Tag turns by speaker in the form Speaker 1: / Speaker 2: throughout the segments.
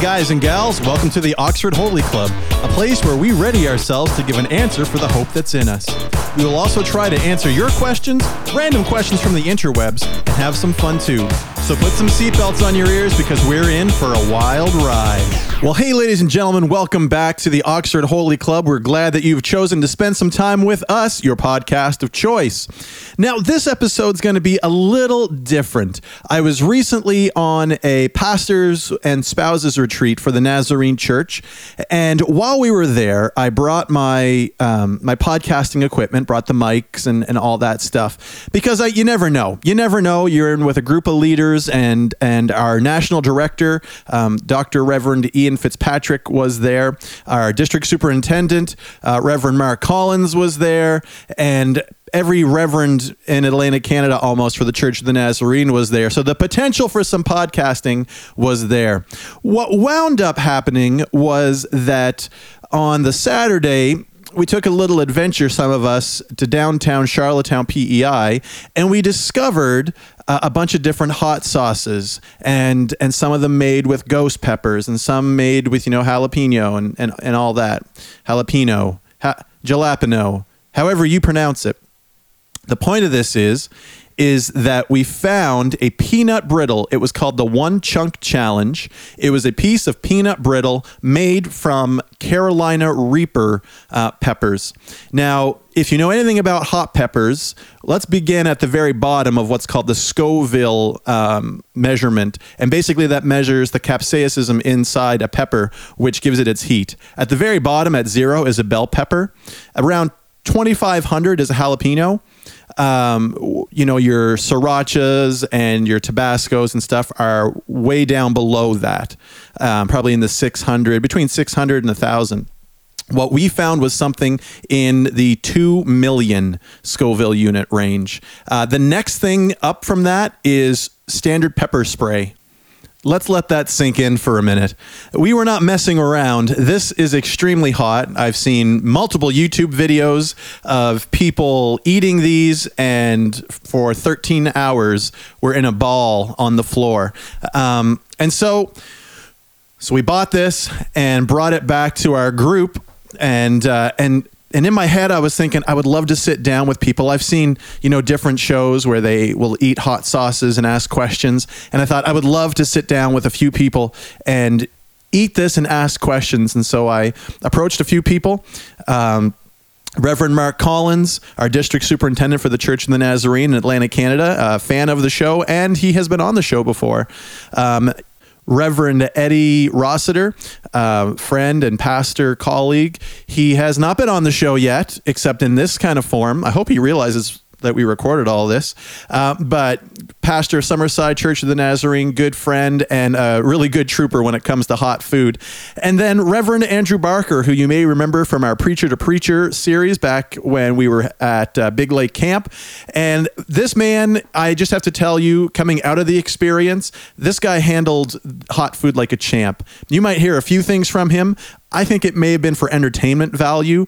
Speaker 1: guys and gals, welcome to the Oxford Holy Club, a place where we ready ourselves to give an answer for the hope that's in us. We will also try to answer your questions, random questions from the interwebs, and have some fun too. So put some seatbelts on your ears because we're in for a wild ride. Well, hey, ladies and gentlemen, welcome back to the Oxford Holy Club. We're glad that you've chosen to spend some time with us, your podcast of choice. Now, this episode's going to be a little different. I was recently on a pastors and spouses retreat for the Nazarene Church, and while we were there, I brought my um, my podcasting equipment, brought the mics and, and all that stuff because I, you never know. You never know. You're in with a group of leaders, and and our national director, um, Dr. Reverend Ian Fitzpatrick, was there. Our district superintendent, uh, Reverend Mark Collins, was there, and every reverend in Atlanta, Canada, almost for the Church of the Nazarene was there. So the potential for some podcasting was there. What wound up happening was that on the Saturday, we took a little adventure, some of us, to downtown Charlottetown, PEI, and we discovered uh, a bunch of different hot sauces, and and some of them made with ghost peppers, and some made with you know jalapeno and and, and all that, jalapeno, ha- jalapeno, however you pronounce it. The point of this is is that we found a peanut brittle. It was called the One Chunk Challenge. It was a piece of peanut brittle made from Carolina Reaper uh, peppers. Now, if you know anything about hot peppers, let's begin at the very bottom of what's called the Scoville um, measurement. And basically, that measures the capsaicism inside a pepper, which gives it its heat. At the very bottom, at zero, is a bell pepper. Around 2500 is a jalapeno um, you know, your srirachas and your Tabascos and stuff are way down below that, um, probably in the 600, between 600 and 1,000. What we found was something in the 2 million Scoville unit range. Uh, the next thing up from that is standard pepper spray. Let's let that sink in for a minute. We were not messing around. This is extremely hot. I've seen multiple YouTube videos of people eating these, and for 13 hours, we're in a ball on the floor. Um, and so, so we bought this and brought it back to our group, and uh, and and in my head i was thinking i would love to sit down with people i've seen you know different shows where they will eat hot sauces and ask questions and i thought i would love to sit down with a few people and eat this and ask questions and so i approached a few people um, Reverend Mark Collins, our district superintendent for the Church of the Nazarene in Atlanta, Canada, a fan of the show, and he has been on the show before. Um, Reverend Eddie Rossiter, uh, friend and pastor colleague. He has not been on the show yet, except in this kind of form. I hope he realizes that we recorded all this. Uh, but pastor of Summerside Church of the Nazarene, good friend and a really good trooper when it comes to hot food. And then Reverend Andrew Barker, who you may remember from our Preacher to Preacher series back when we were at uh, Big Lake Camp. And this man, I just have to tell you, coming out of the experience, this guy handled hot food like a champ. You might hear a few things from him. I think it may have been for entertainment value.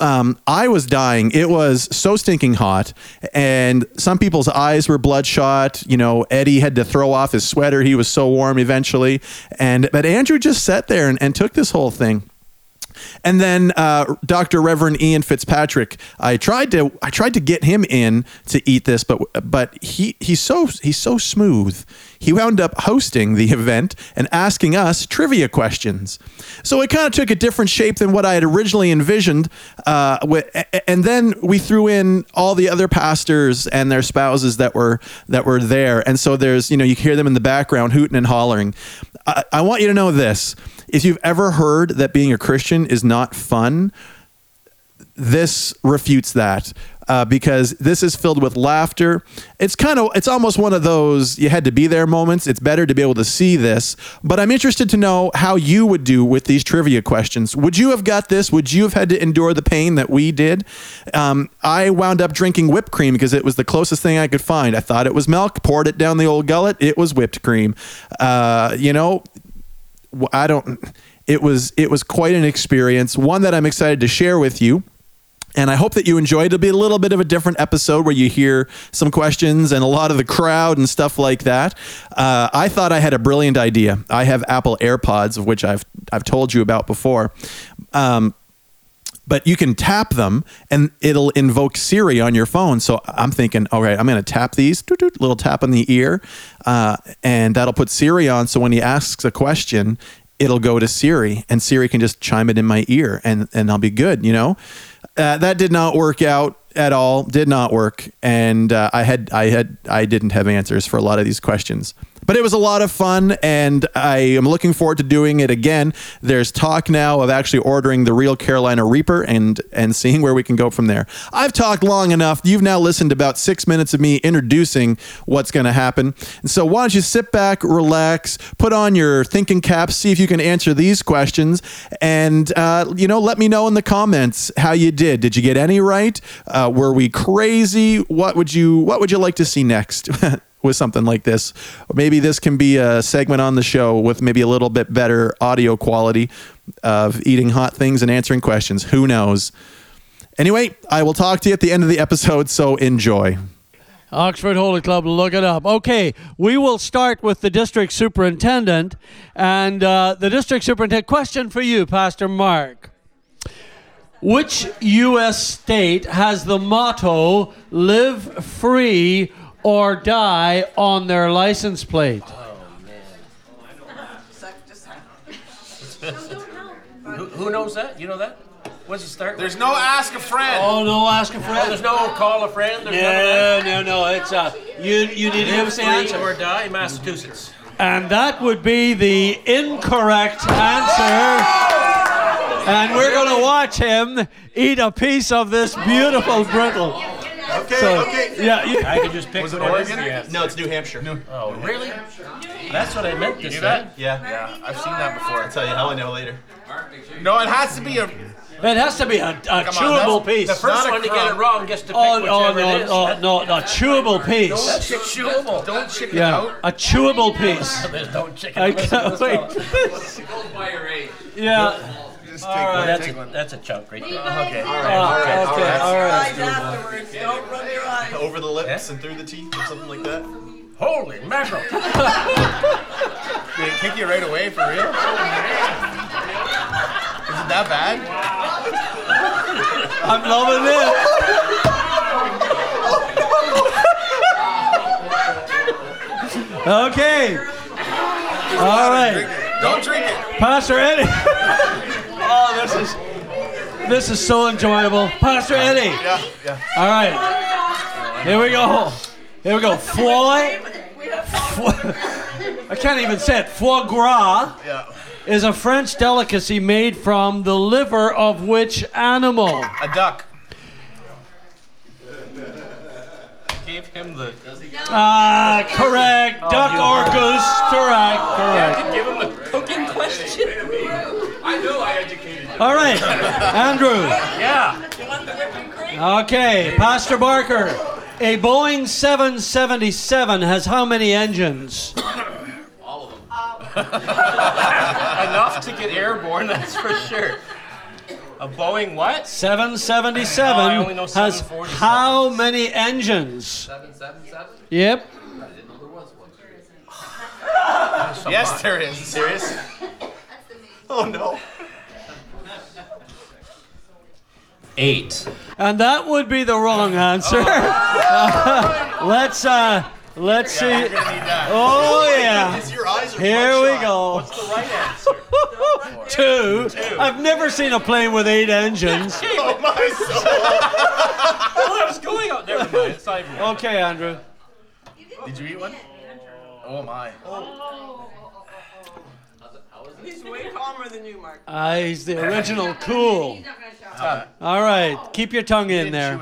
Speaker 1: Um, I was dying. It was so stinking hot, and some people's eyes were bloodshot. You know, Eddie had to throw off his sweater. He was so warm eventually, and but Andrew just sat there and, and took this whole thing. And then uh, Dr. Reverend Ian Fitzpatrick, I tried to I tried to get him in to eat this, but but he he's so he's so smooth. He wound up hosting the event and asking us trivia questions. So it kind of took a different shape than what I had originally envisioned. Uh, with, and then we threw in all the other pastors and their spouses that were that were there. And so there's you know you hear them in the background hooting and hollering. I, I want you to know this if you've ever heard that being a Christian is not fun, this refutes that uh, because this is filled with laughter. It's kind of, it's almost one of those you had to be there moments. It's better to be able to see this. But I'm interested to know how you would do with these trivia questions. Would you have got this? Would you have had to endure the pain that we did? Um, I wound up drinking whipped cream because it was the closest thing I could find. I thought it was milk, poured it down the old gullet. It was whipped cream. Uh, you know, I don't. It was it was quite an experience, one that I'm excited to share with you. And I hope that you enjoyed. It'll be a little bit of a different episode where you hear some questions and a lot of the crowd and stuff like that. Uh, I thought I had a brilliant idea. I have Apple AirPods, of which I've I've told you about before. Um, but you can tap them and it'll invoke Siri on your phone. So I'm thinking, all right, I'm going to tap these, doot, doot, little tap on the ear, uh, and that'll put Siri on. So when he asks a question, it'll go to Siri and Siri can just chime it in my ear and, and I'll be good, you know? Uh, that did not work out at all did not work and uh, i had i had i didn't have answers for a lot of these questions but it was a lot of fun and i am looking forward to doing it again there's talk now of actually ordering the real carolina reaper and and seeing where we can go from there i've talked long enough you've now listened to about six minutes of me introducing what's going to happen and so why don't you sit back relax put on your thinking caps see if you can answer these questions and uh, you know let me know in the comments how you did did you get any right uh, uh, were we crazy what would you what would you like to see next with something like this maybe this can be a segment on the show with maybe a little bit better audio quality of eating hot things and answering questions who knows anyway i will talk to you at the end of the episode so enjoy
Speaker 2: Oxford Holy Club, look it up. Okay, we will start with the district superintendent. And uh, the district superintendent, question for you, Pastor Mark. Which U.S. state has the motto live free or die on their license plate?
Speaker 3: Who, who knows that? You know that? What's it start?
Speaker 4: There's no ask a friend.
Speaker 2: Oh, no, ask a
Speaker 3: with?
Speaker 2: friend.
Speaker 3: there's no call a friend. There's
Speaker 2: No, no, no. It's uh, you. You need to
Speaker 3: none
Speaker 2: give
Speaker 3: of
Speaker 2: us
Speaker 3: that.
Speaker 2: the
Speaker 3: Live
Speaker 2: answer.
Speaker 3: free or die, Massachusetts.
Speaker 2: And that would be the incorrect answer. And we're going to watch him eat a piece of this beautiful brittle.
Speaker 4: Okay,
Speaker 2: So,
Speaker 4: okay.
Speaker 2: yeah, yeah.
Speaker 3: I could just pick.
Speaker 4: Was it
Speaker 3: one.
Speaker 4: Oregon?
Speaker 5: No, it's New Hampshire.
Speaker 3: Oh, really? That's what I meant to say.
Speaker 5: yeah. Yeah, I've seen that before. I'll tell you how I know later.
Speaker 4: No, it has to be a.
Speaker 2: It has to be a, a chewable
Speaker 4: that's-
Speaker 2: piece.
Speaker 4: the
Speaker 3: First
Speaker 4: Not a
Speaker 3: one to get it
Speaker 4: crumb.
Speaker 3: wrong gets to pick
Speaker 2: oh, no,
Speaker 3: whichever it
Speaker 2: no,
Speaker 3: is.
Speaker 2: no,
Speaker 3: That-
Speaker 2: no, a chewable piece.
Speaker 3: That's a chewable.
Speaker 4: Don't chicken
Speaker 2: Yeah,
Speaker 4: out.
Speaker 2: a chewable piece.
Speaker 3: There's no chicken.
Speaker 2: I
Speaker 3: Listen,
Speaker 2: can't
Speaker 3: listen.
Speaker 2: wait. Yeah.
Speaker 4: Just
Speaker 2: all
Speaker 4: take
Speaker 2: right.
Speaker 4: one.
Speaker 3: That's a,
Speaker 4: Take one.
Speaker 3: that's a chunk right there.
Speaker 6: Okay.
Speaker 2: Uh, okay, all right.
Speaker 6: Eyes afterwards. Don't rub your eyes.
Speaker 5: Over the lips and through the teeth or something like that.
Speaker 3: Holy mackerel.
Speaker 4: Did it kick you right away for real? Is it
Speaker 5: Oh,
Speaker 4: that bad?
Speaker 2: I'm loving it. okay. All
Speaker 4: Drink
Speaker 2: right,
Speaker 4: it. Don't drink it.
Speaker 2: Pastor Eddie. oh, this is this is so enjoyable, Pastor Eddie.
Speaker 4: Yeah, yeah.
Speaker 2: All right, here we go. Here we go. Foie. foie- I can't even say it. Foie gras
Speaker 4: Yeah.
Speaker 2: is a French delicacy made from the liver of which animal?
Speaker 4: A duck.
Speaker 3: Gave him the.
Speaker 2: Ah, correct. Duck or goose. Correct. Correct.
Speaker 3: Oh, Give him the cooking question.
Speaker 2: All right, Andrew.
Speaker 3: Yeah.
Speaker 6: You want the whipping cream?
Speaker 2: Okay, Pastor Barker. A Boeing 777 has how many engines?
Speaker 3: Enough to get airborne, that's for sure. A Boeing what?
Speaker 2: 777
Speaker 3: Oh, I only know
Speaker 2: has
Speaker 3: 747.
Speaker 2: how many engines? 777? Yep.
Speaker 4: Yes, there is.
Speaker 5: Serious? Oh no.
Speaker 3: Eight.
Speaker 2: And that would be the wrong answer.
Speaker 3: Oh.
Speaker 2: let's uh let's see. Oh yeah.
Speaker 5: It's your eyes are
Speaker 2: Here we
Speaker 5: bloodshot.
Speaker 2: go. What's the right answer? Two. I've never seen a plane with eight engines.
Speaker 5: Oh my
Speaker 3: Oh, I was going out. Never mind. It's not even.
Speaker 2: Okay, Andrew.
Speaker 4: Did you eat one? Oh my.
Speaker 6: He's way calmer than you, Mark.
Speaker 2: Ah, he's the original cool. All right, keep your tongue in there.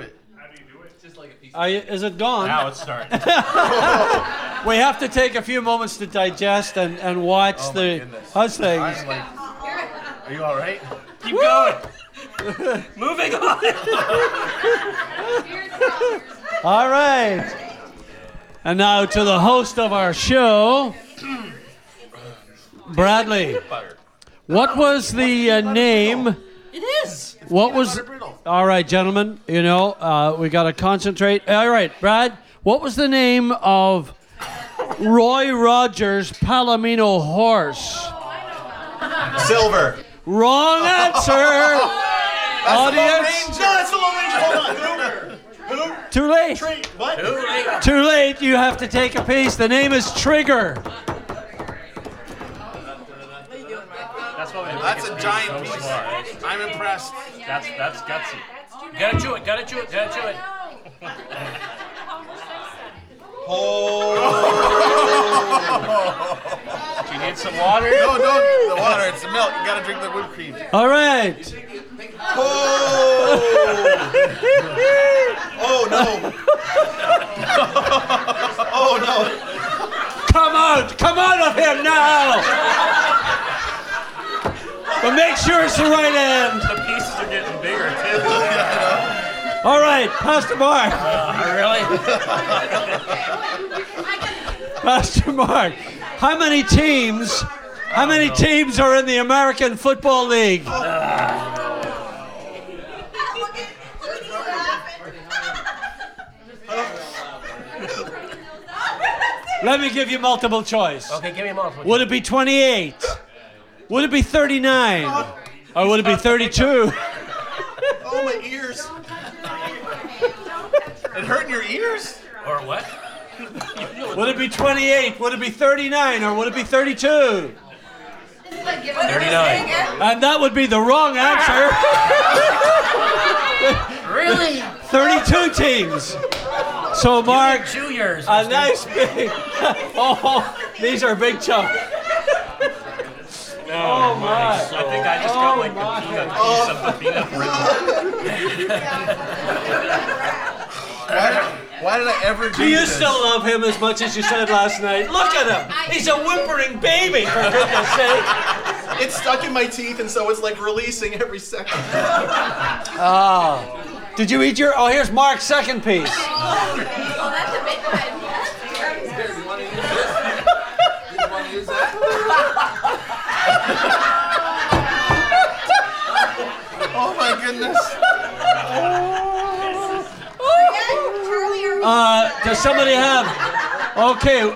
Speaker 2: Are you, is it gone?
Speaker 3: Now it's starting.
Speaker 2: We have to take a few moments to digest and, and watch
Speaker 4: my
Speaker 2: the
Speaker 4: goodness.
Speaker 2: how's things.
Speaker 4: I'm like, are you all right?
Speaker 3: Keep going. Moving on.
Speaker 2: All right. And now to the host of our show, Bradley. What was the uh, name?
Speaker 6: It is.
Speaker 2: What was? All right, gentlemen. You know, uh, we got to concentrate. All right, Brad. What was the name of Roy Rogers' Palomino horse?
Speaker 5: Silver.
Speaker 2: Wrong answer. Audience,
Speaker 5: No, that's the Lone Ranger. Hold on. Hoover.
Speaker 2: too late.
Speaker 5: What?
Speaker 2: Too late. You have to take a piece. The name is Trigger.
Speaker 3: That's why we didn't
Speaker 4: That's
Speaker 3: make
Speaker 4: a
Speaker 3: it
Speaker 4: giant
Speaker 3: so
Speaker 4: piece.
Speaker 3: far. It's-
Speaker 4: I'm impressed.
Speaker 3: That's that's gutsy. Gotta chew it. Gotta chew it. Gotta chew it. Do you need some water?
Speaker 4: No, no, the water. It's the milk. You gotta drink the whipped cream.
Speaker 2: All right.
Speaker 5: Oh no. oh no.
Speaker 2: Come out! Come out of him now! But make sure it's the right end.
Speaker 3: The pieces are getting bigger too.
Speaker 2: All right, Pastor Mark.
Speaker 3: Uh, really?
Speaker 2: Pastor Mark, how many teams? How many teams are in the American Football League?
Speaker 3: Uh.
Speaker 6: Look at, look at he's laughing.
Speaker 2: Let me give you multiple choice.
Speaker 3: Okay, give me a multiple.
Speaker 2: Would it be 28? Would it be 39? Or would it be 32?
Speaker 5: Oh my ears.
Speaker 4: It hurt in your ears?
Speaker 3: Or what?
Speaker 2: Would it be 28? Would it be 39? Or would it be 32?
Speaker 6: Say
Speaker 3: 39.
Speaker 6: again?
Speaker 2: And that would be the wrong answer.
Speaker 3: Really?
Speaker 2: 32 teams. So, Mark,
Speaker 3: Two years.
Speaker 2: a nice big. oh, these are big chunks.
Speaker 3: Oh my. I think I just got like the peanut piece of the peanut brittle.
Speaker 4: Why did I ever do,
Speaker 2: Do you
Speaker 4: this?
Speaker 2: still love him as much as you said last night? Look at him. He's a whimpering baby, for goodness sake.
Speaker 5: It's stuck in my teeth, and so it's like releasing every second.
Speaker 2: Did you eat your. Oh, here's Mark's second piece.
Speaker 6: Oh, that's a big one.
Speaker 4: Oh my goodness.
Speaker 6: Yeah, Charlie or me.
Speaker 2: Uh, does somebody have. Okay.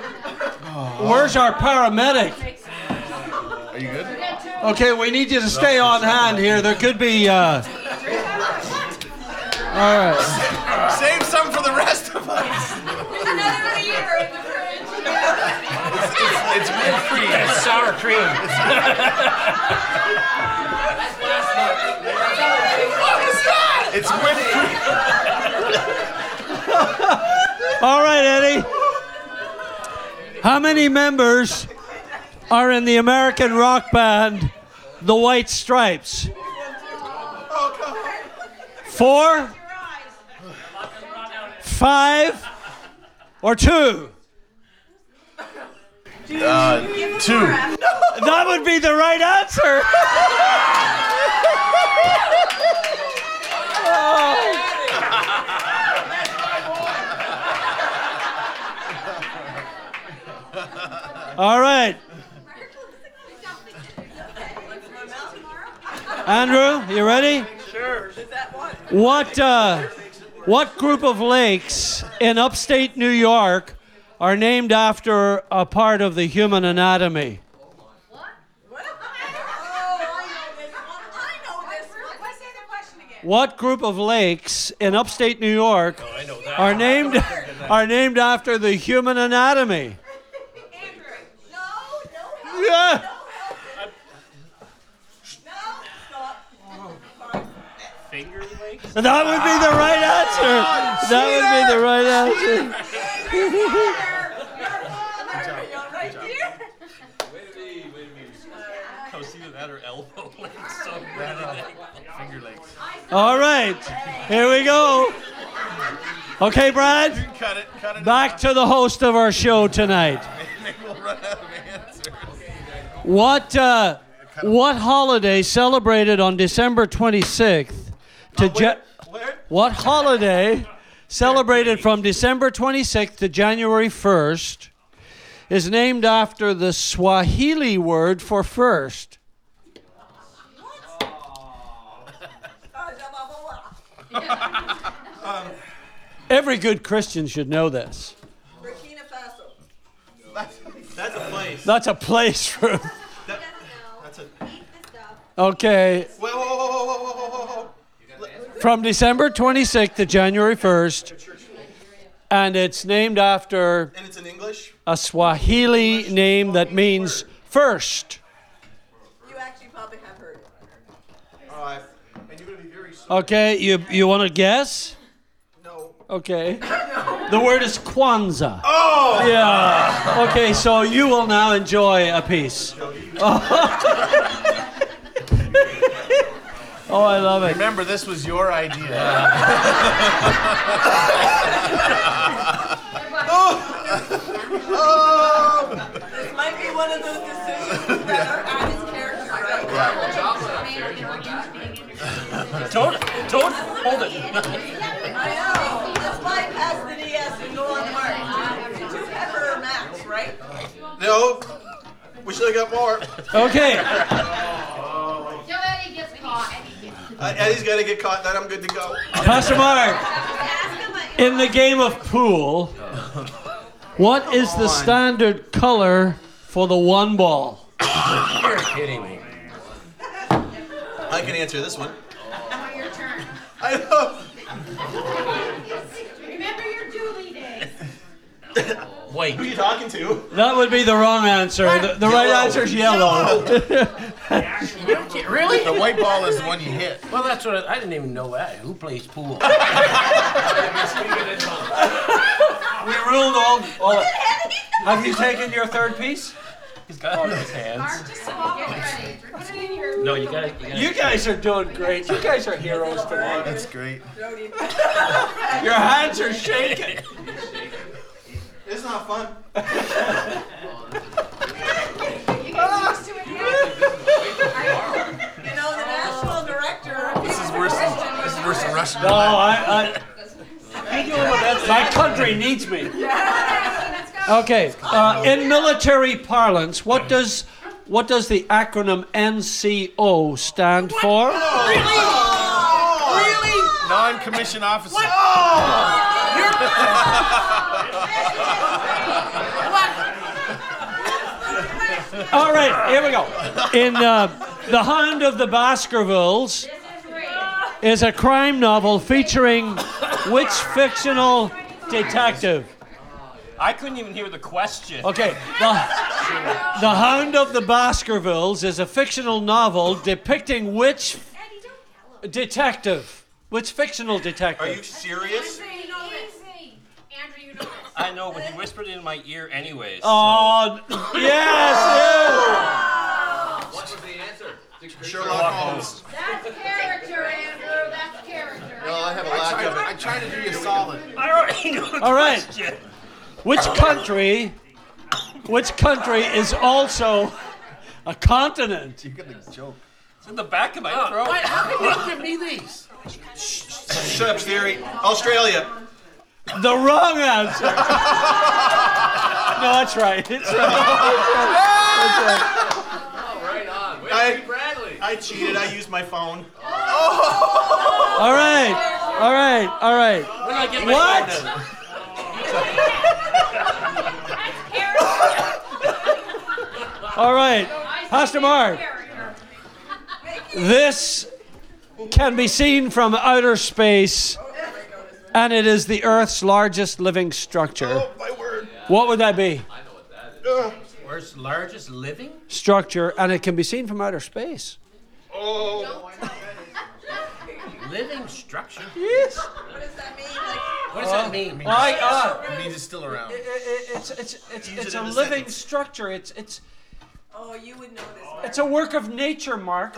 Speaker 2: Where's our paramedic?
Speaker 4: Are you good?
Speaker 2: Okay, we need you to stay on hand here. There could be. Uh... All right.
Speaker 4: Save some for the rest of us.
Speaker 6: There's another one here in the fridge.
Speaker 4: It's whipped cream.
Speaker 3: Sour cream.
Speaker 4: It's whipped cream.
Speaker 2: All right, Eddie. How many members are in the American rock band The White Stripes? Four? Five? Or two?
Speaker 4: Two.
Speaker 2: That would be the right answer. Oh. All right, Andrew, you ready?
Speaker 6: Sure. Is that one?
Speaker 2: What uh, what group of lakes in upstate New York are named after a part of the human anatomy?
Speaker 6: Well, I know this one. I know this one. Let's say the question again.
Speaker 2: What group of lakes in upstate New York are named are named after the human anatomy?
Speaker 6: Andrew. No, no help.
Speaker 2: Yeah.
Speaker 6: No, stop.
Speaker 3: Finger lakes?
Speaker 2: That would be the right answer. That would be the right answer.
Speaker 6: There we go, right there.
Speaker 3: Oh, it's either that or elbow lakes. So
Speaker 4: Finger legs.
Speaker 2: All right, here we go. Okay, Brad,
Speaker 4: Cut it. Cut it.
Speaker 2: back to the host of our show tonight.
Speaker 4: Maybe we'll run out of answers.
Speaker 2: What uh, what holiday celebrated on December 26th to ja- What holiday celebrated from December 26th to January 1st is named after the Swahili word for first?
Speaker 6: Blah, blah, blah, blah.
Speaker 2: Every good Christian should know this.
Speaker 6: Burkina Faso.
Speaker 5: That's a place.
Speaker 2: That's a place, Ruth.
Speaker 5: That's a.
Speaker 2: Okay,
Speaker 5: Whoa, whoa, whoa, whoa, whoa, whoa, whoa, whoa.
Speaker 2: from December 26th to January 1st, and it's named after
Speaker 5: And it's in English?
Speaker 2: a Swahili name that means first.
Speaker 6: You actually probably have heard it.
Speaker 5: Uh, and you're going to be very sorry.
Speaker 2: Okay, you you want to guess?
Speaker 5: No.
Speaker 2: Okay. The word is Kwanzaa. Oh. Yeah. Okay, so you will now enjoy a piece. Oh, I love it.
Speaker 4: Remember, this was your idea.
Speaker 6: This might be one of those decisions that are out of character, right?
Speaker 3: Don't, don't hold it.
Speaker 6: I know. Let's bypass the DS and go on Mark. Two pepper max, right?
Speaker 5: No. We should have got more.
Speaker 2: Okay.
Speaker 7: Nobody gets caught. and he gets-
Speaker 5: Uh, Eddie's got to get caught. Then I'm good to go.
Speaker 2: Pastor Mark, in the game of pool, what is the standard color for the one ball?
Speaker 3: You're kidding me.
Speaker 5: I can answer this one.
Speaker 7: Now your turn.
Speaker 5: I know.
Speaker 7: Remember your dually days.
Speaker 3: Wait.
Speaker 5: Who you talking to?
Speaker 2: That would be the wrong answer. The, the right answer is yellow.
Speaker 3: Really?
Speaker 4: The white ball is the one you hit.
Speaker 3: Well, that's what I, I didn't even know that. Who plays pool?
Speaker 2: We ruled all. all have you taken your third piece?
Speaker 3: He's got it in his hands.
Speaker 7: Just swallow it. Put it in your.
Speaker 3: No, you gotta. You gotta
Speaker 2: You guys are doing great. You guys are heroes tonight.
Speaker 4: That's great.
Speaker 2: Your hands are shaking.
Speaker 5: It's not fun.
Speaker 7: You guys used to it now.
Speaker 6: You know, the national director. This is
Speaker 4: Worse than, this is worse than Russian.
Speaker 2: No, I. I my country needs me.
Speaker 7: Let's go.
Speaker 2: Okay. Uh, in military parlance, what does what does the acronym NCO stand for?
Speaker 4: Non-commissioned officer.
Speaker 2: All right, here we go. In uh, The Hound of the Baskervilles is a crime novel featuring which fictional detective?
Speaker 3: I couldn't even hear the question.
Speaker 2: Okay, the, the Hound of the Baskervilles is a fictional novel depicting which
Speaker 7: Eddie, don't yell.
Speaker 2: detective? Which fictional detective?
Speaker 5: Are you serious?
Speaker 7: Easy, easy. Andrew, you know this.
Speaker 3: I know, but he whispered it in my ear anyways.
Speaker 2: Oh, yes, yes.
Speaker 5: Sherlock Holmes.
Speaker 7: That's character, Andrew. That's character.
Speaker 5: Well, Oh, I have a
Speaker 4: I,
Speaker 5: lack of
Speaker 4: I, I tried to do you a solid.
Speaker 3: I already knew the
Speaker 2: All right.
Speaker 3: question.
Speaker 2: Which country? Which country is also a continent?
Speaker 4: You get the joke.
Speaker 3: It's in the back of my throat.
Speaker 5: it. Shut up, Siri. Australia.
Speaker 2: The wrong answer. no, that's right. It's right.
Speaker 5: I, I cheated. I used my phone.
Speaker 2: All right. All right. All right.
Speaker 3: When I get my
Speaker 2: What?
Speaker 3: phone in.
Speaker 2: All right. Pastor Mark, this can be seen from outer space, and it is the Earth's largest living
Speaker 4: Oh,
Speaker 2: structure.
Speaker 5: My word.
Speaker 2: What would that be?
Speaker 3: World's largest living?
Speaker 2: Structure, and it can be seen from outer space.
Speaker 3: Living structure?
Speaker 2: Yes.
Speaker 6: What does that mean? Like,
Speaker 3: What does that mean?
Speaker 2: Oh,
Speaker 3: uh,
Speaker 2: My God.
Speaker 4: It means it's still around.
Speaker 2: I- I- it's it's it's, it's
Speaker 5: it
Speaker 2: a
Speaker 5: in a
Speaker 2: living
Speaker 5: sentence.
Speaker 2: structure. It's it's
Speaker 6: oh, you would know this. Mark.
Speaker 2: it's a work of nature, Mark.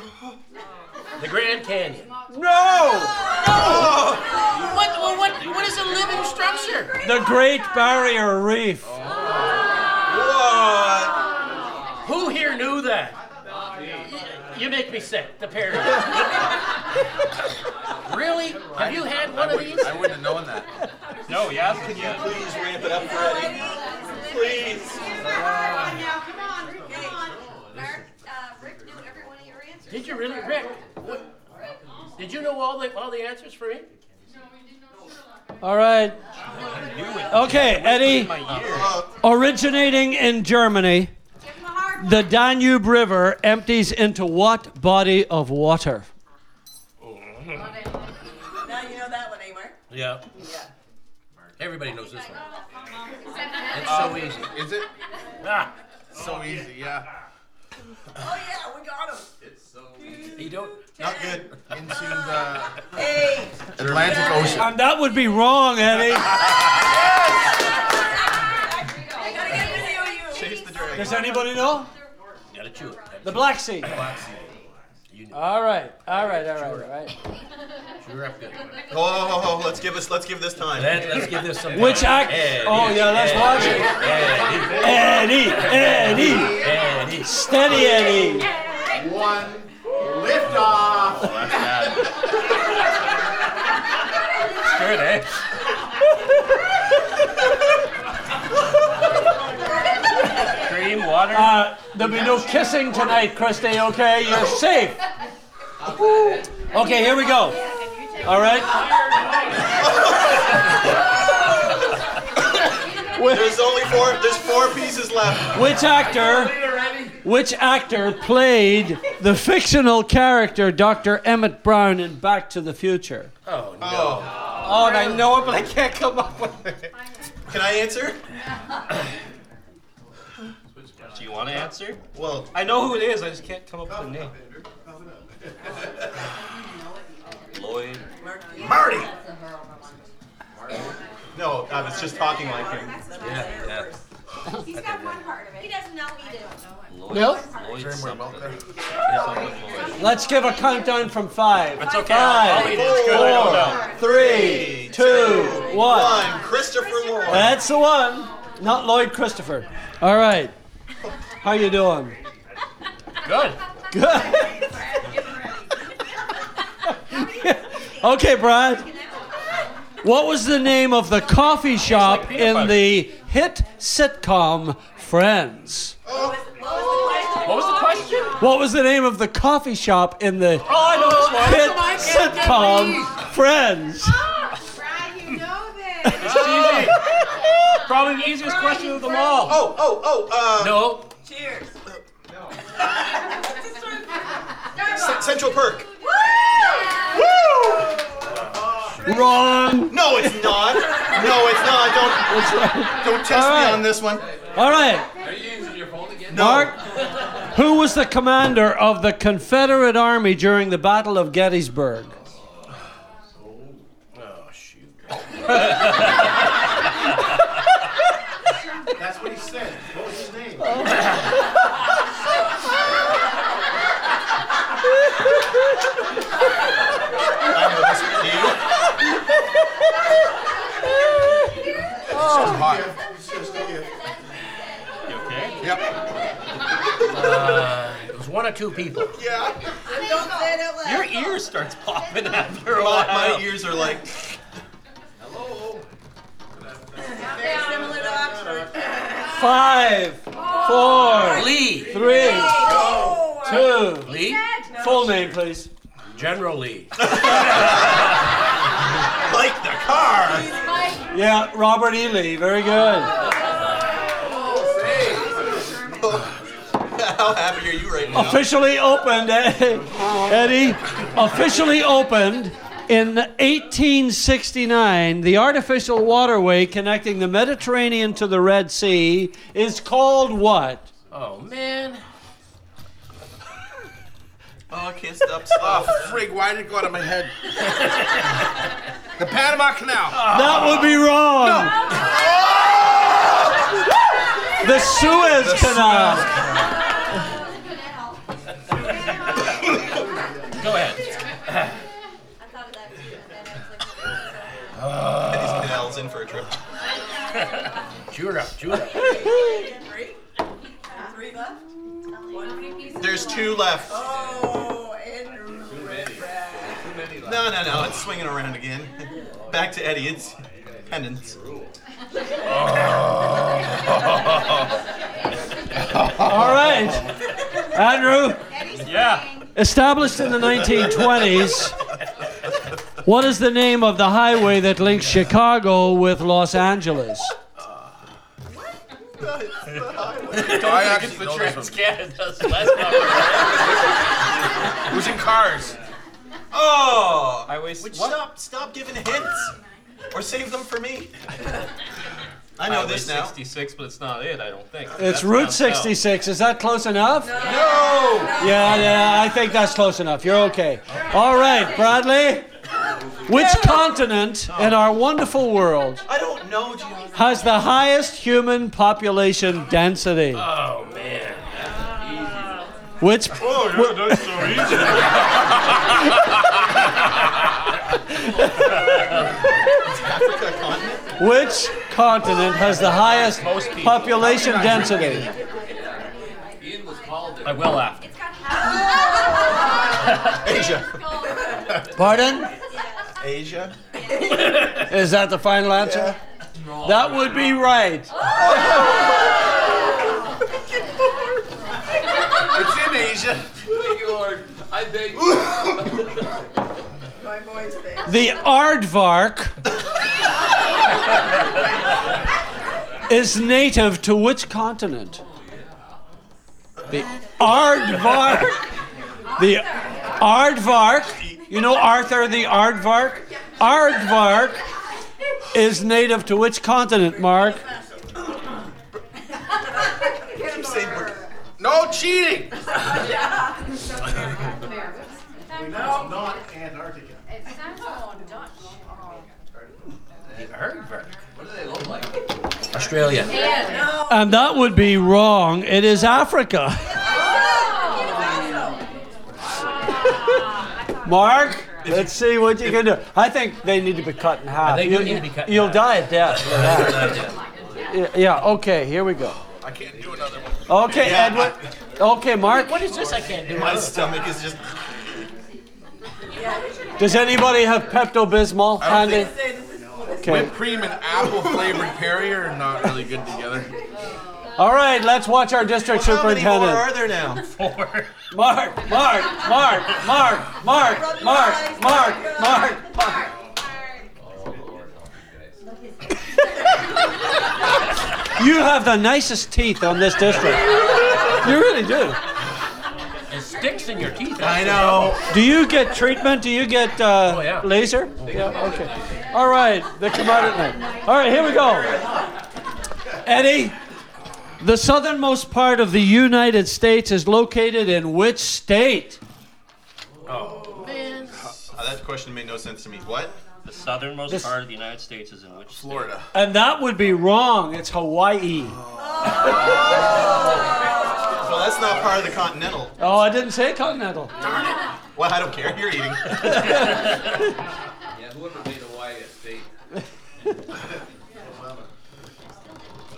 Speaker 3: The Grand Canyon.
Speaker 2: No,
Speaker 3: What, what, what, what is a living structure?
Speaker 2: the Great Barrier Reef.
Speaker 5: What?
Speaker 3: Who here knew that? Y- You make me sick, the pair of you. Really? Have you had one of these?
Speaker 4: I wouldn't have known that.
Speaker 3: No, yeah.
Speaker 5: Please ramp it up for Eddie. Please.
Speaker 7: Come on, Rick, come on.
Speaker 6: Mark, uh, Rick knew every one of your answers.
Speaker 3: Did you really, Rick? What, did you know all the all the answers for me?
Speaker 2: All right. Okay, Eddie.
Speaker 3: Oh.
Speaker 2: Originating in Germany,
Speaker 7: Give him a hard one.
Speaker 2: the Danube River empties into what body of water?
Speaker 6: Now you know that one, eh, Amar.
Speaker 3: Yeah.
Speaker 6: Yeah.
Speaker 3: Everybody knows this one.
Speaker 7: It's
Speaker 3: It's so easy.
Speaker 4: Is it?
Speaker 3: Ah,
Speaker 4: So easy, yeah.
Speaker 6: Oh yeah, we got him.
Speaker 3: you don't.
Speaker 4: Not good. Into the
Speaker 6: Hey,
Speaker 4: Atlantic Ocean.
Speaker 2: And that would be wrong, Eddie.
Speaker 6: I gotta get video of you.
Speaker 4: Chase the dragon.
Speaker 2: Does anybody know?
Speaker 3: Gotta chew it.
Speaker 2: The Black Sea. All right, all right, all right, all right.
Speaker 3: You're up good.
Speaker 5: Oh, oh, oh, oh, let's give us. Let's give this time.
Speaker 3: Let, let's give this some.
Speaker 2: Which act? Oh yeah, let's watch it. Eddie, Eddie,
Speaker 3: Eddie.
Speaker 2: steady, Eddie.
Speaker 4: One. Lift off.
Speaker 3: Good, eh? Cream, water.
Speaker 2: Uh, there'll be no kissing tonight, Christy, okay? You're safe. Okay, here we go. All right?
Speaker 5: There's only four. There's four pieces left.
Speaker 2: Which actor? Which actor played the fictional character Dr. Emmett Brown in Back to the Future?
Speaker 3: oh, no.
Speaker 2: Oh, and I know it, but I can't come up with
Speaker 5: Can I answer?
Speaker 3: Do you want to answer?
Speaker 5: Well,
Speaker 3: I know who it is. I just can't come up with a name. Lloyd.
Speaker 5: Marty. No, I was just talking like him.
Speaker 3: Yeah, yeah.
Speaker 7: He's got one part of it. He doesn't know he did.
Speaker 3: Lloyd.
Speaker 2: No?
Speaker 3: Lloyd something.
Speaker 2: Let's give a countdown from five.
Speaker 3: It's okay. I'll, I'll eat it. It's good. I don't know.
Speaker 2: Four, three, two, one.
Speaker 5: One, Christopher Lloyd.
Speaker 2: That's the one. Not Lloyd Christopher. All right. How you doing?
Speaker 3: Good.
Speaker 2: Good. okay, Brad. What was the name of the coffee shop
Speaker 3: peanut
Speaker 2: in
Speaker 3: butter.
Speaker 2: the hit sitcom Friends?
Speaker 3: What was the question?
Speaker 2: What was the name of the coffee shop in the
Speaker 3: Oh, I know this one.
Speaker 2: hit sitcom Friends?
Speaker 7: Brad, you know this.
Speaker 3: It's easy. Probably the easiest question of them all.
Speaker 5: Oh, oh, oh. Uh,
Speaker 3: No.
Speaker 6: Cheers.
Speaker 5: C- Central Perk.
Speaker 2: Wrong.
Speaker 5: No, it's not. No, it's not. Don't don't test
Speaker 2: Alright.
Speaker 5: me on this one.
Speaker 2: All right. Mark, who was the commander of the Confederate Army during the Battle of Gettysburg?
Speaker 3: Oh, shoot.
Speaker 4: That's what he said. What was his name?
Speaker 5: I know this one. Do you?
Speaker 3: You okay?
Speaker 4: Yep.
Speaker 3: It was one or two people.
Speaker 5: Yeah.
Speaker 6: Don't say it out loud.
Speaker 3: Your ear starts popping after a
Speaker 5: My,
Speaker 3: while.
Speaker 5: my ears are like.
Speaker 6: Very similar to Oxford.
Speaker 2: Five, four,
Speaker 3: Lee.
Speaker 2: three,
Speaker 6: Oh,
Speaker 2: two.
Speaker 3: Lee?
Speaker 2: Full name, please.
Speaker 3: General Lee.
Speaker 5: Like the car.
Speaker 2: Yeah, Robert E. Lee. Very good.
Speaker 5: How happy are you right now?
Speaker 2: Officially opened, eh, Eddie. Officially opened. In 1869, the artificial waterway connecting the Mediterranean to the Red Sea is called what?
Speaker 3: Oh, man.
Speaker 5: Oh, I can't stop. Stop.
Speaker 4: Oh, Frig, why did it go out of my head? the Panama Canal.
Speaker 2: That would be wrong. The Suez Canal.
Speaker 3: Go ahead.
Speaker 6: I thought of that too, and then I was like,
Speaker 5: These canals in for a trip.
Speaker 3: Chew it up. Chew it up.
Speaker 6: three? Three left?
Speaker 5: There's two left.
Speaker 6: Oh, Andrew. Brad.
Speaker 5: No, no, no. It's swinging around again. Back to Eddie. It's pendants.
Speaker 2: All right. Andrew,
Speaker 3: Yeah.
Speaker 2: established in the 1920s, What is the name of the highway that links Chicago with Los Angeles?
Speaker 4: I
Speaker 3: It's
Speaker 4: actually
Speaker 3: the
Speaker 4: know this one.
Speaker 3: Trans-Canada, so that's not right.
Speaker 4: Who's in cars?
Speaker 5: Oh, I waste.
Speaker 3: Would you
Speaker 5: stop, stop giving hints, or save them for me. I know
Speaker 3: Highway
Speaker 5: this now.
Speaker 3: 66, but it's not it, I don't think.
Speaker 2: It's
Speaker 3: That's
Speaker 2: Route
Speaker 3: down south.
Speaker 2: 66. Is that close enough?
Speaker 5: No.
Speaker 2: Yeah, yeah, I think that's close enough. You're okay. All right, Bradley. Which continent in our wonderful world
Speaker 5: I don't know, Gio.
Speaker 2: has the highest human population density?
Speaker 3: Oh, man.
Speaker 2: Which
Speaker 4: Oh, yeah, that's so easy.
Speaker 2: which continent has the highest
Speaker 3: Most people.
Speaker 2: population density?
Speaker 3: I will after.
Speaker 5: Asia.
Speaker 2: Pardon?
Speaker 5: Asia.
Speaker 2: Is that the final answer? That would be right.
Speaker 4: It's in Asia.
Speaker 6: My voice thing.
Speaker 2: The aardvark is native to which continent? The aardvark. The aardvark. You know Arthur the aardvark? Aardvark is native to which continent, Mark?
Speaker 4: No cheating.
Speaker 7: It's not so Dutch.
Speaker 3: Australia.
Speaker 2: And that would be wrong. It is Africa.
Speaker 7: Oh.
Speaker 2: Mark, let's see what you can do. I think they need to be cut in half.
Speaker 3: think
Speaker 2: You-
Speaker 3: they need to be cut in
Speaker 2: You'll
Speaker 3: half.
Speaker 2: die of death. for that. Y- yeah, okay, here we go.
Speaker 4: I can't do another one.
Speaker 2: Okay, Edward. Okay, Mark.
Speaker 3: What is this I can't do?
Speaker 5: My stomach is just.
Speaker 2: Does anybody have Pepto Bismol handy? Okay.
Speaker 4: Whipped cream and apple flavored Perrier are not really good together.
Speaker 2: All right, let's watch our district
Speaker 5: How many more
Speaker 2: superintendent.
Speaker 5: are there now?
Speaker 3: Four.
Speaker 2: Mark, Mark, Mark, Mark, Mark, Mark, Mark, Mark, Mark. You have the nicest teeth on this district. You really do.
Speaker 3: It sticks in your teeth.
Speaker 5: I know.
Speaker 2: Do you get treatment? Do you get uh,
Speaker 3: Oh, yeah.
Speaker 2: laser? Yeah, okay. All right, the commodity. All right, here we go. Eddie, the southernmost part of the United States is located in which state?
Speaker 5: Uh, that question made no sense to me. What?
Speaker 8: The southernmost
Speaker 2: This-
Speaker 8: part of the United States is in which state?
Speaker 4: Florida.
Speaker 2: And that would be wrong. It's Hawaii.
Speaker 5: Well, that's not part of the continental.
Speaker 2: Oh, I didn't say continental.
Speaker 5: Well, I don't care. You're eating.
Speaker 9: Yeah, whoever made Hawaii a state.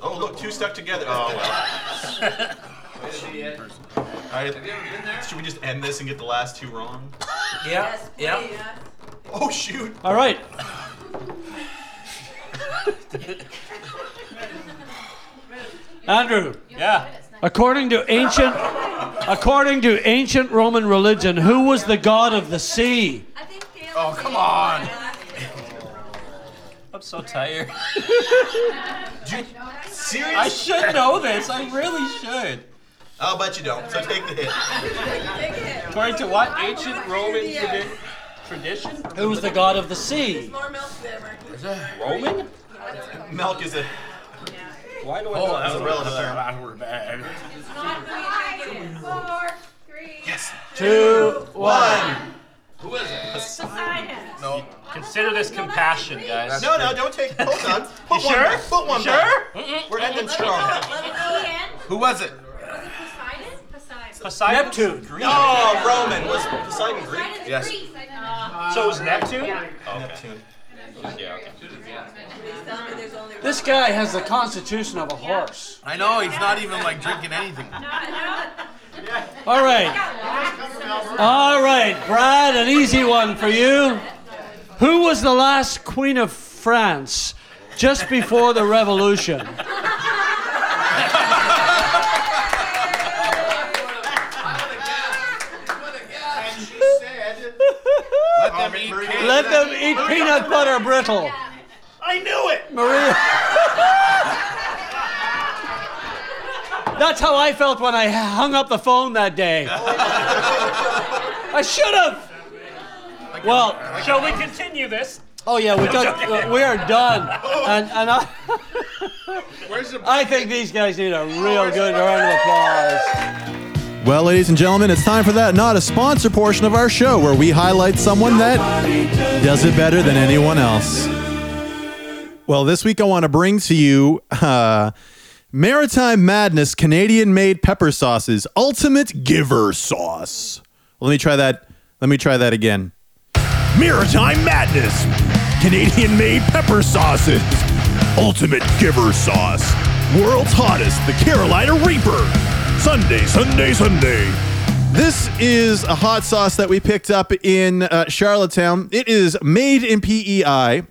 Speaker 5: Oh, look, two stuck together. Oh well. All right. Should we just end this and get the last two wrong?
Speaker 3: Yeah. Yeah.
Speaker 5: Oh shoot.
Speaker 2: All right. Andrew.
Speaker 8: Yeah.
Speaker 2: According to ancient according to ancient Roman religion, who was the god of the sea?
Speaker 4: Oh, come on.
Speaker 8: I'm so tired. I
Speaker 5: Serious?
Speaker 8: should know this. I really should.
Speaker 5: I'll bet you don't. So take the hit.
Speaker 8: According to what ancient Roman tradi- tradition?
Speaker 2: Who was the god of the sea?
Speaker 6: More milk than American.
Speaker 8: Roman?
Speaker 5: Milk is a
Speaker 8: Why do I
Speaker 4: Oh,
Speaker 8: know
Speaker 4: that was
Speaker 5: a
Speaker 4: relative.
Speaker 5: relative.
Speaker 4: bad.
Speaker 7: Five, four, three.
Speaker 2: Two
Speaker 5: one.
Speaker 7: Poseidon.
Speaker 4: No.
Speaker 8: Consider this compassion, guys.
Speaker 5: No, no, don't take. Hold on. Put one
Speaker 8: sure?
Speaker 5: back. Put one
Speaker 8: You
Speaker 5: back. We're ending strong.
Speaker 7: Ian.
Speaker 4: Who was it?
Speaker 7: Poseidon? Poseidon.
Speaker 8: Poseidon.
Speaker 2: Neptune.
Speaker 5: No, Roman was Poseidon Greek.
Speaker 4: Yes.
Speaker 7: uh,
Speaker 8: So it was Neptune?
Speaker 5: Neptune.
Speaker 2: This guy has the constitution of a horse.
Speaker 4: I know, he's not even like drinking anything.
Speaker 2: All right. All right, Brad, an easy one for you. Who was the last queen of France just before the revolution?
Speaker 4: Let them eat cake.
Speaker 2: Let them
Speaker 5: Oh, Maria-
Speaker 2: eat peanut butter brittle.
Speaker 3: I knew it.
Speaker 2: Maria. That's how I felt when I hung up the phone that day. I should have. Well,
Speaker 3: Shall we continue this?
Speaker 2: oh yeah, we got, we are done, and and I,
Speaker 4: Where's the
Speaker 2: I think these guys need a real good round of applause.
Speaker 1: Well, ladies and gentlemen, it's time for that not a sponsor portion of our show where we highlight someone that does it better than anyone else. Well, this week I want to bring to you uh, Maritime Madness Canadian made pepper sauces, ultimate giver sauce. Let me try that. Let me try that again. Maritime Madness Canadian made pepper sauces, ultimate giver sauce. World's hottest, the Carolina Reaper. Sunday, Sunday, Sunday. This is a hot sauce that we picked up in uh, Charlottetown. It is made in PEI.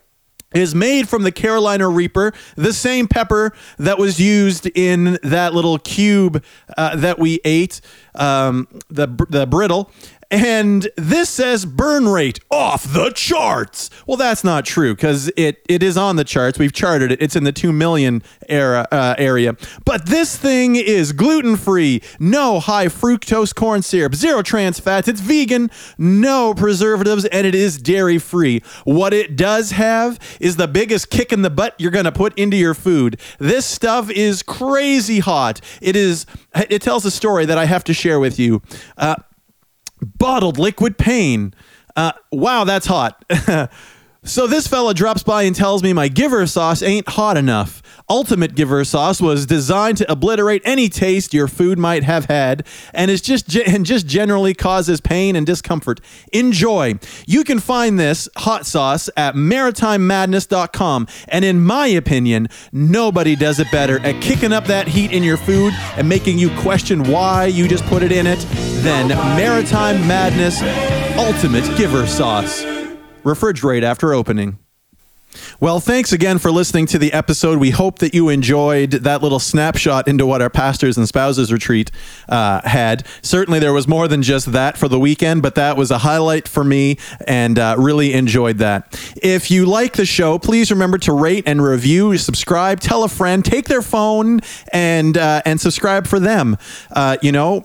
Speaker 1: It is made from the Carolina Reaper, the same pepper that was used in that little cube uh, that we ate, um, the br- the brittle. And this says burn rate off the charts. Well, that's not true because it, it is on the charts. We've charted it. It's in the two million era uh, area. But this thing is gluten free, no high fructose corn syrup, zero trans fats. It's vegan, no preservatives, and it is dairy free. What it does have is the biggest kick in the butt you're gonna put into your food. This stuff is crazy hot. It is. It tells a story that I have to share with you. Uh, bottled liquid pain. Uh, wow, that's hot. so this fella drops by and tells me my giver sauce ain't hot enough. Ultimate giver sauce was designed to obliterate any taste your food might have had, and is just ge- and just generally causes pain and discomfort. Enjoy. You can find this hot sauce at maritimemadness.com, and in my opinion, nobody does it better at kicking up that heat in your food and making you question why you just put it in it than Maritime Madness Ultimate Giver Sauce. Refrigerate after opening. Well, thanks again for listening to the episode. We hope that you enjoyed that little snapshot into what our pastors and spouses retreat uh, had. Certainly, there was more than just that for the weekend, but that was a highlight for me and uh, really enjoyed that. If you like the show, please remember to rate and review, subscribe, tell a friend, take their phone and uh, and subscribe for them. Uh, you know,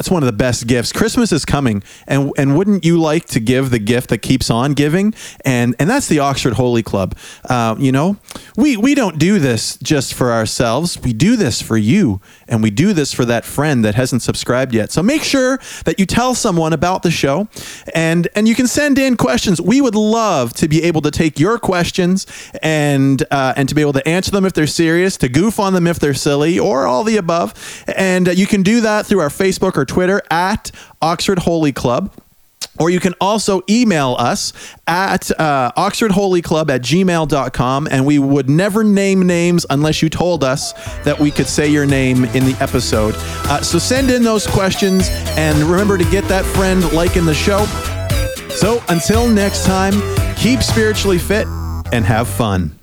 Speaker 1: it's one of the best gifts. Christmas is coming, and and wouldn't you like to give the gift that keeps on giving? And and that's the Oxford Holy Club. Uh, you know, we we don't do this just for ourselves. We do this for you, and we do this for that friend that hasn't subscribed yet. So make sure that you tell someone about the show, and and you can send in questions. We would love to be able to take your questions and uh, and to be able to answer them if they're serious, to goof on them if they're silly, or all the above. And uh, you can do that through our Facebook or Twitter at Oxford Holy Club. Or you can also email us at uh, oxfordholyclub at gmail.com, and we would never name names unless you told us that we could say your name in the episode. Uh, so send in those questions, and remember to get that friend liking the show. So until next time, keep spiritually fit and have fun.